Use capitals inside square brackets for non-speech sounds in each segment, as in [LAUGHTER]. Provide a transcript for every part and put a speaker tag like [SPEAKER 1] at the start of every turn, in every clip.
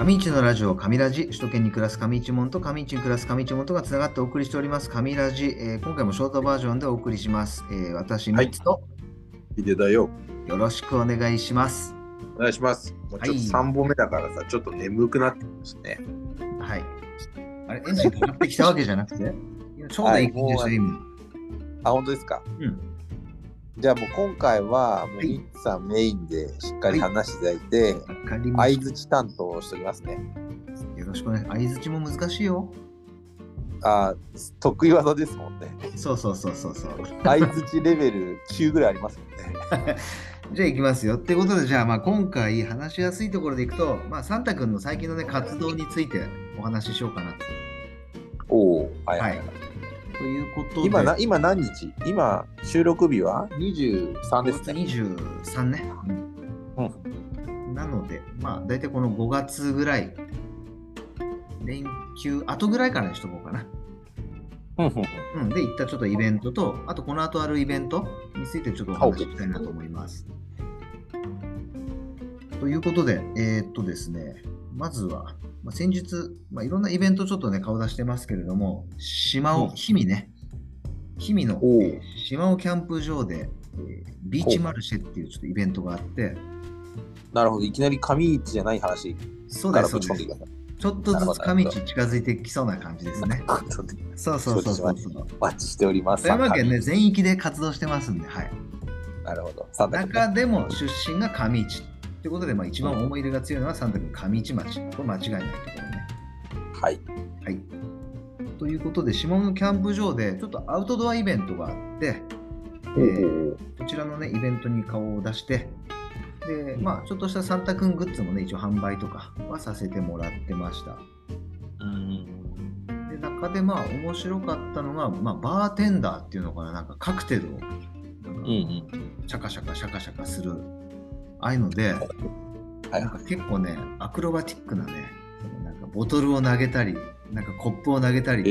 [SPEAKER 1] 上市のラジオ、上ラジ、首都圏に暮らす上市門と上市に暮らす上市門とがつながってお送りしております、上ラジ、えー今回もショートバージョンでお送りします。えー私、
[SPEAKER 2] はい
[SPEAKER 1] 三つと
[SPEAKER 2] ヒデだよ。
[SPEAKER 1] よろしくお願いします。
[SPEAKER 2] お願いします。もうちょっと
[SPEAKER 1] はい
[SPEAKER 2] 3本目だからさ、ちょっと眠くなってきますね。
[SPEAKER 1] はい。あれ、エンジンかかってきたわけじゃなくて、ちょうどいい感じでした、
[SPEAKER 2] はい
[SPEAKER 1] 今。
[SPEAKER 2] あ、本当ですか。
[SPEAKER 1] うん。
[SPEAKER 2] じゃあもう今回は、もう
[SPEAKER 1] はい
[SPEAKER 2] リッツさんメインでしっかり話していただいて、
[SPEAKER 1] わかりまし
[SPEAKER 2] 相づち担当をしておきますね。
[SPEAKER 1] た。よろしくお願い。相づちも難しいよ。
[SPEAKER 2] あ得意技ですもんね。 [LAUGHS]
[SPEAKER 1] そうそうそうそうそう。
[SPEAKER 2] 相づちレベル9ぐらいありますもんね。
[SPEAKER 1] じゃあ行きますよ。ってことで、じゃあまあ今回話しやすいところでいくと、まあ、サンタ君の最近の、ね、活動についてお話ししようかな
[SPEAKER 2] おお、はいはい、はい
[SPEAKER 1] はということで、
[SPEAKER 2] 今な今何日今収録日は23で
[SPEAKER 1] 5月
[SPEAKER 2] すね。
[SPEAKER 1] 23ね。うんなので、まあ大体この5月ぐらい、連休後ぐらいからにしとこうかな。
[SPEAKER 2] うんうんうん
[SPEAKER 1] うん、で、行ったちょっとイベントと、あとこの後あるイベントについてちょっとお話ししたいなと思います。ということで、えーっとですね、まずは、まあ、先日、まあ、いろんなイベントちょっとね、顔出してますけれども、島
[SPEAKER 2] うん
[SPEAKER 1] 尾、氷見ね、氷見の
[SPEAKER 2] おう
[SPEAKER 1] えー島尾キャンプ場で、えービーチマルシェっていうちょっとイベントがあって、
[SPEAKER 2] なるほど、いきなり紙一じゃない話
[SPEAKER 1] そう
[SPEAKER 2] か
[SPEAKER 1] で
[SPEAKER 2] ら
[SPEAKER 1] す、そ
[SPEAKER 2] ぶ
[SPEAKER 1] う
[SPEAKER 2] ち込んで
[SPEAKER 1] で
[SPEAKER 2] く
[SPEAKER 1] す
[SPEAKER 2] ださい。
[SPEAKER 1] ちょっとずつ上地近づいてきそうな感じですね。
[SPEAKER 2] ということで
[SPEAKER 1] そうそうそうそうそう。
[SPEAKER 2] お待ちしております。
[SPEAKER 1] 富山県ね、全域で活動してますんで、はい。
[SPEAKER 2] なるほど。サンタ君ね
[SPEAKER 1] 中でも出身が上市ということで、まあ、一番思い入れが強いのは三択上市町これ間違いないところね。
[SPEAKER 2] はい。
[SPEAKER 1] はい、ということで下のキャンプ場でちょっとアウトドアイベントがあって、えーこちらの、ね、イベントに顔を出してで、まあ、ちょっとしたサンタくんグッズもね一応販売とかはさせてもらってました。
[SPEAKER 2] うん
[SPEAKER 1] で中でまあ面白かったのが、まあ、バーテンダーっていうのかななんかカクテルをなん
[SPEAKER 2] う
[SPEAKER 1] か
[SPEAKER 2] ん
[SPEAKER 1] シャカシャカシャカシャカするああいうので、
[SPEAKER 2] はい
[SPEAKER 1] なんか結構ねアクロバティックなねそのなんかボトルを投げたりなんかコップを投げたり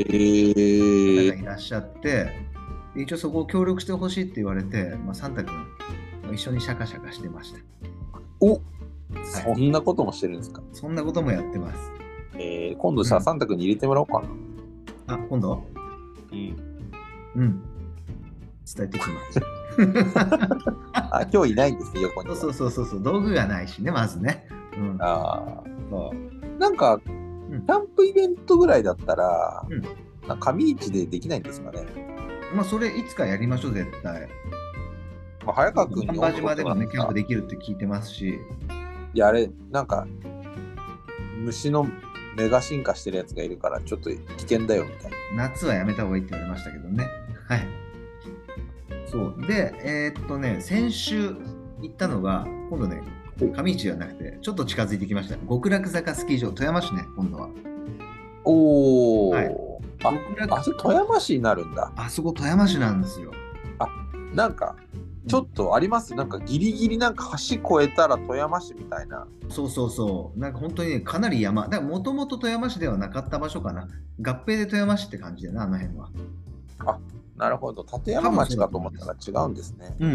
[SPEAKER 1] 方
[SPEAKER 2] え
[SPEAKER 1] が
[SPEAKER 2] ー、
[SPEAKER 1] いらっしゃって、で一応そこを協力してほしいって言われて、まあ、サンタ君まあ一緒にシャカシャカしてました
[SPEAKER 2] おそんなこともしてるんですか、
[SPEAKER 1] そんなこともやってます
[SPEAKER 2] えー、今度さ、
[SPEAKER 1] うん
[SPEAKER 2] サンタ君に入れてもらおうかな。
[SPEAKER 1] あ今度
[SPEAKER 2] うん、
[SPEAKER 1] うん伝えてきます
[SPEAKER 2] [LAUGHS] あ今日いないんですね、横に
[SPEAKER 1] そ
[SPEAKER 2] は。
[SPEAKER 1] うそうそうそうそう道具がないしねまずねうん
[SPEAKER 2] あ
[SPEAKER 1] そう
[SPEAKER 2] ーなんか、キ
[SPEAKER 1] ん
[SPEAKER 2] ャンプイベントぐらいだったら、
[SPEAKER 1] うん
[SPEAKER 2] なんか上市でできないんですかね。
[SPEAKER 1] まあそれいつかやりましょう絶対
[SPEAKER 2] まあ、早川君に
[SPEAKER 1] 丹波島でもねキャンプ
[SPEAKER 2] で
[SPEAKER 1] できるって聞いてますし
[SPEAKER 2] いや、あれ、なんか、虫のメガ進化してるやつがいるから、ちょっと危険だよみたいな。
[SPEAKER 1] 夏はやめた方がいいって言われましたけどね。はい。そう。で、えーっとね、先週行ったのが、今度ね、上市じゃなくて、ちょっと近づいてきました。極楽坂スキー場、富山市ね、今度は。
[SPEAKER 2] おお、
[SPEAKER 1] はい
[SPEAKER 2] あ
[SPEAKER 1] 極楽
[SPEAKER 2] あそれ富山市になるんだ。
[SPEAKER 1] あそこ富山市なんですよ。
[SPEAKER 2] なんか、ちょっとあります、なんかギリギリなんか橋越えたら富山市みたいな。
[SPEAKER 1] そうそうそう。なんか本当にね、かなり山。だからもともと富山市ではなかった場所かな。合併で富山市って感じだよな、あの辺は。
[SPEAKER 2] なるほど。立山町かと思ったら違うんですね。
[SPEAKER 1] うん。
[SPEAKER 2] う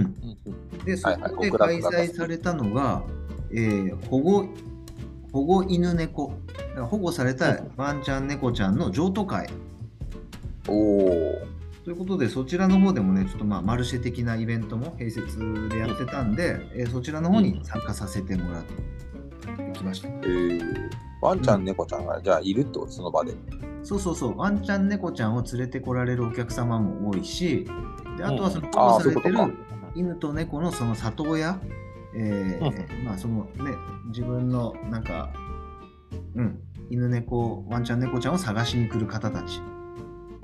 [SPEAKER 2] ん
[SPEAKER 1] で、そ
[SPEAKER 2] はいはい
[SPEAKER 1] こで
[SPEAKER 2] 極楽
[SPEAKER 1] 開
[SPEAKER 2] 坂
[SPEAKER 1] 催されたのが、えー保護保護犬猫、だから保護されたワンちゃん、猫ちゃんの譲渡会
[SPEAKER 2] おお。
[SPEAKER 1] ということで、そちらの方でもね、ちょっとまあマルシェ的なイベントも併設でやってたんで、えーそちらの方に参加させてもらってきました。
[SPEAKER 2] えーワンちゃん、猫ちゃんが、じゃあいるってことその場で。
[SPEAKER 1] そうそうそう、ワンちゃん、猫ちゃんを連れてこられるお客様も多いし、であとはその
[SPEAKER 2] うん
[SPEAKER 1] 保
[SPEAKER 2] あ
[SPEAKER 1] 護
[SPEAKER 2] ー
[SPEAKER 1] さ
[SPEAKER 2] そ
[SPEAKER 1] れ
[SPEAKER 2] ういうこと
[SPEAKER 1] てる
[SPEAKER 2] か。
[SPEAKER 1] 犬と猫のその里親、えーまあそのね自分のなんか、うん、犬猫ワンちゃん猫ちゃんを探しに来る方たち、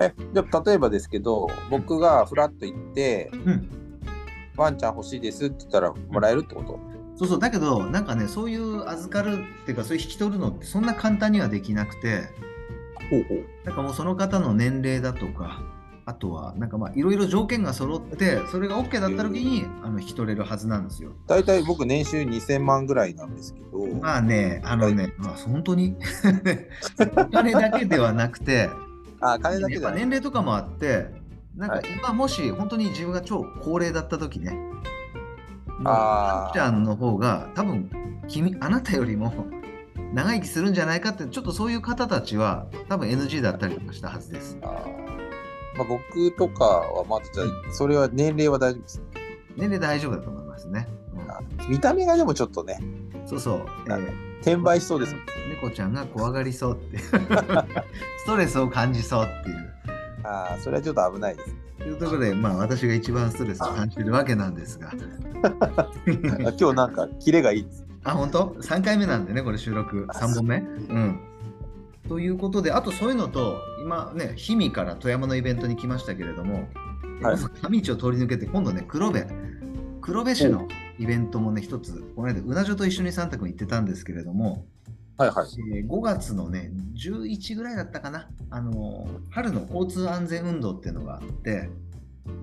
[SPEAKER 2] え、じゃあ例えばですけど、僕がフラッと行って、
[SPEAKER 1] うん、
[SPEAKER 2] ワンちゃん欲しいですって言ったらもらえるってこと、
[SPEAKER 1] そうそうだけどなんかねそういう預かるっていうかそういう引き取るのってそんな簡単にはできなくて
[SPEAKER 2] ほうほう。
[SPEAKER 1] なんかもうその方の年齢だとかあとはなんかまあいろいろ条件が揃ってそれが OK だった時にあの引き取れるはずなんですよ。
[SPEAKER 2] 大体僕年収2000万ぐらいなんですけど、
[SPEAKER 1] まあね、あのね、まあ本当
[SPEAKER 2] [LAUGHS]
[SPEAKER 1] にお金だけではなくて、
[SPEAKER 2] あ、金だけじ
[SPEAKER 1] や
[SPEAKER 2] ゃ
[SPEAKER 1] っぱ
[SPEAKER 2] ない。
[SPEAKER 1] 年齢とかもあってなん
[SPEAKER 2] は
[SPEAKER 1] か
[SPEAKER 2] い
[SPEAKER 1] 今もし本当に自分が超高齢だった時ねもう
[SPEAKER 2] あー
[SPEAKER 1] ワンちゃんの方が多分君あなたよりも長生きするんじゃないかってちょっとそういう方たちは多分 NG だったりとかしたはずです。
[SPEAKER 2] あーまあ、僕とかはまだじゃあそれは年齢は大丈夫です。
[SPEAKER 1] 年齢大丈夫だと思いますね。
[SPEAKER 2] あ見た目がでもちょっとね、
[SPEAKER 1] うん、そうそう、え
[SPEAKER 2] なん
[SPEAKER 1] ー
[SPEAKER 2] 転売しそうです。
[SPEAKER 1] 猫ちゃんが怖がりそうっていう [LAUGHS] ストレスを感じそうっていう。
[SPEAKER 2] ああ、それはちょっと危ないです。
[SPEAKER 1] というところで、まあ、私が一番ストレスを感じてるわけなんですが。
[SPEAKER 2] あ今日なんかキレがいいです。
[SPEAKER 1] あ、本当 ?3 回目なんでね、これ収録。
[SPEAKER 2] あ
[SPEAKER 1] 3本目。うん。ということで、あとそういうのと、今ね、氷見から富山のイベントに来ましたけれども、
[SPEAKER 2] はい
[SPEAKER 1] 上市を通り抜けて、今度ね、黒部、黒部市のイベントもね、一つ、この間、うなじょと一緒にサンタ君行ってたんですけれども、
[SPEAKER 2] はいはい。
[SPEAKER 1] えー5月のね、11ぐらいだったかな、あのー春の交通安全運動っていうのがあって、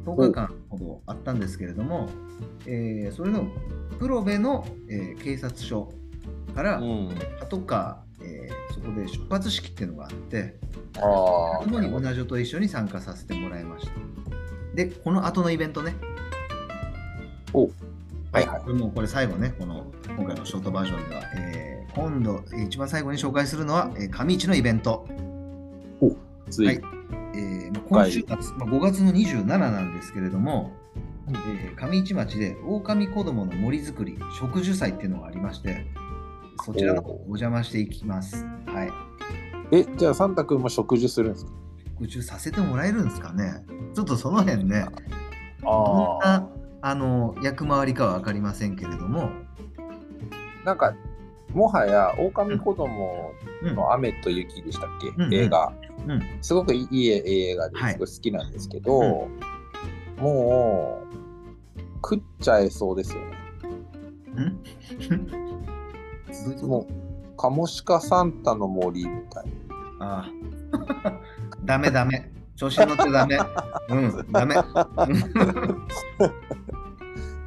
[SPEAKER 1] 10日間ほどあったんですけれども、えーそれの黒部の、えー警察署から、
[SPEAKER 2] うん。
[SPEAKER 1] パトカー、えーそこで出発式っていうのがあって、
[SPEAKER 2] ああ。
[SPEAKER 1] そこに同じと一緒に参加させてもらいました。で、この後のイベントね、
[SPEAKER 2] はいはい。
[SPEAKER 1] もうこれ最後ね、この今回のショートバージョンでは、えー今度、えー一番最後に紹介するのは、えー上市のイベント。
[SPEAKER 2] つい。
[SPEAKER 1] はいえーまあ今週末、まあ5月の27なんですけれども、
[SPEAKER 2] うん
[SPEAKER 1] えー上市町で狼子どもの森づくり植樹祭っていうのがありまして、そちらの方
[SPEAKER 2] お
[SPEAKER 1] お邪魔していきます。はい。
[SPEAKER 2] え、じゃあサンタ君も植樹するんですか
[SPEAKER 1] 植樹させてもらえるんですかねちょっとその辺ね、どん
[SPEAKER 2] ああ
[SPEAKER 1] な。あの役回りかは分かりませんけれども、
[SPEAKER 2] なんか、もはや、狼子供
[SPEAKER 1] うん、
[SPEAKER 2] の雨と雪でしたっけ、
[SPEAKER 1] んうん
[SPEAKER 2] 映画。
[SPEAKER 1] うん
[SPEAKER 2] すごくいい映画で
[SPEAKER 1] はい
[SPEAKER 2] すごい好きなんですけど、もう、食っちゃえそうですよね。
[SPEAKER 1] ん [LAUGHS] どういう
[SPEAKER 2] も
[SPEAKER 1] こ
[SPEAKER 2] う、カモシカサンタの森みたいな。
[SPEAKER 1] とああ [LAUGHS] ダメダメ調子に乗っちゃダメ
[SPEAKER 2] [LAUGHS]
[SPEAKER 1] うんダメ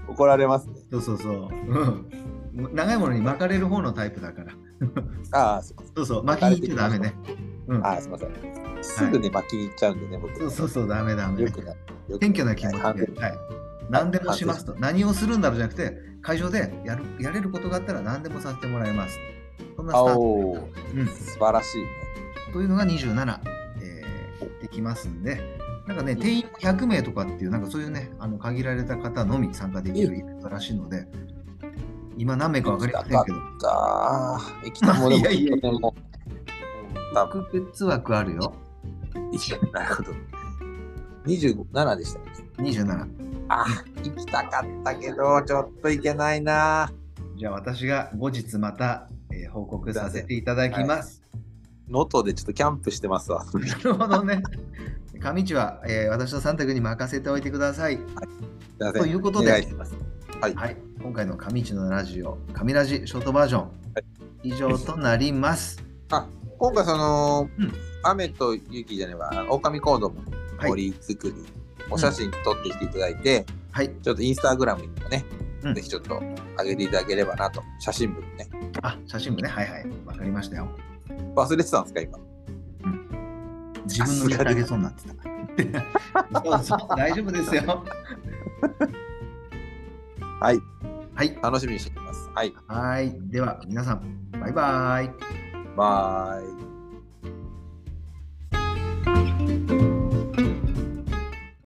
[SPEAKER 2] 怒られますね。
[SPEAKER 1] [LAUGHS] そうそうそう、うん、長いものに巻かれる方のタイプだから
[SPEAKER 2] ああ、すいません。
[SPEAKER 1] そうそう巻きに行っちゃダメね、うん、
[SPEAKER 2] ああ、すいません。すぐね、巻きに行っちゃうんでね、僕。
[SPEAKER 1] そうそうそうダメダメ
[SPEAKER 2] よくない。よく
[SPEAKER 1] 謙虚な気持ち
[SPEAKER 2] はい
[SPEAKER 1] で、はい、何でもしますと、何をするんだろうじゃなくて、会場でやるやれることがあったら何でもさせてもらいます。そんなスタ
[SPEAKER 2] あ
[SPEAKER 1] ート、
[SPEAKER 2] おー
[SPEAKER 1] うん、
[SPEAKER 2] 素晴らしいね。
[SPEAKER 1] というのが27、えーできますんで、なんかね、定員100名とかっていう、なんかそういうね、あの限られた方のみ参加できるイベントらしいので、今何名か分かりませんけど、
[SPEAKER 2] ああ、駅ともでも、
[SPEAKER 1] いやいや
[SPEAKER 2] とても。多分
[SPEAKER 1] 特別枠あるよ、
[SPEAKER 2] なるほど。27でしたっけ
[SPEAKER 1] 27。
[SPEAKER 2] あ、行きたかったけど、ちょっと行けないな。
[SPEAKER 1] じゃあ私が後日また、えー報告させていただきます。
[SPEAKER 2] 能登でちょっとキャンプしてますわ。
[SPEAKER 1] なるほどね。上市は、えー私とサンタ君に任せておいてください。ということで
[SPEAKER 2] お願いします。
[SPEAKER 1] はい、今回の上市のラジオ、上ラジショートバージョン、以上となります。
[SPEAKER 2] 今回その、
[SPEAKER 1] うん
[SPEAKER 2] 雨と雪じゃねば、あの狼コードも
[SPEAKER 1] はい、
[SPEAKER 2] 森作り、お写真撮ってきていただいて、
[SPEAKER 1] はい、
[SPEAKER 2] ちょっとインスタグラムにもね、
[SPEAKER 1] うん
[SPEAKER 2] ぜひちょっと上げていただければなと。写真部にね。
[SPEAKER 1] あ、写真部ね、はいはい、わかりましたよ。
[SPEAKER 2] 忘れてたんですか、今。
[SPEAKER 1] 自分のネタあげそうになってた。 [LAUGHS] そうそう、大丈夫ですよ。
[SPEAKER 2] はい。
[SPEAKER 1] はい、
[SPEAKER 2] 楽しみにしています。はい。
[SPEAKER 1] はい、では皆さん、バイバイ。
[SPEAKER 2] バイ。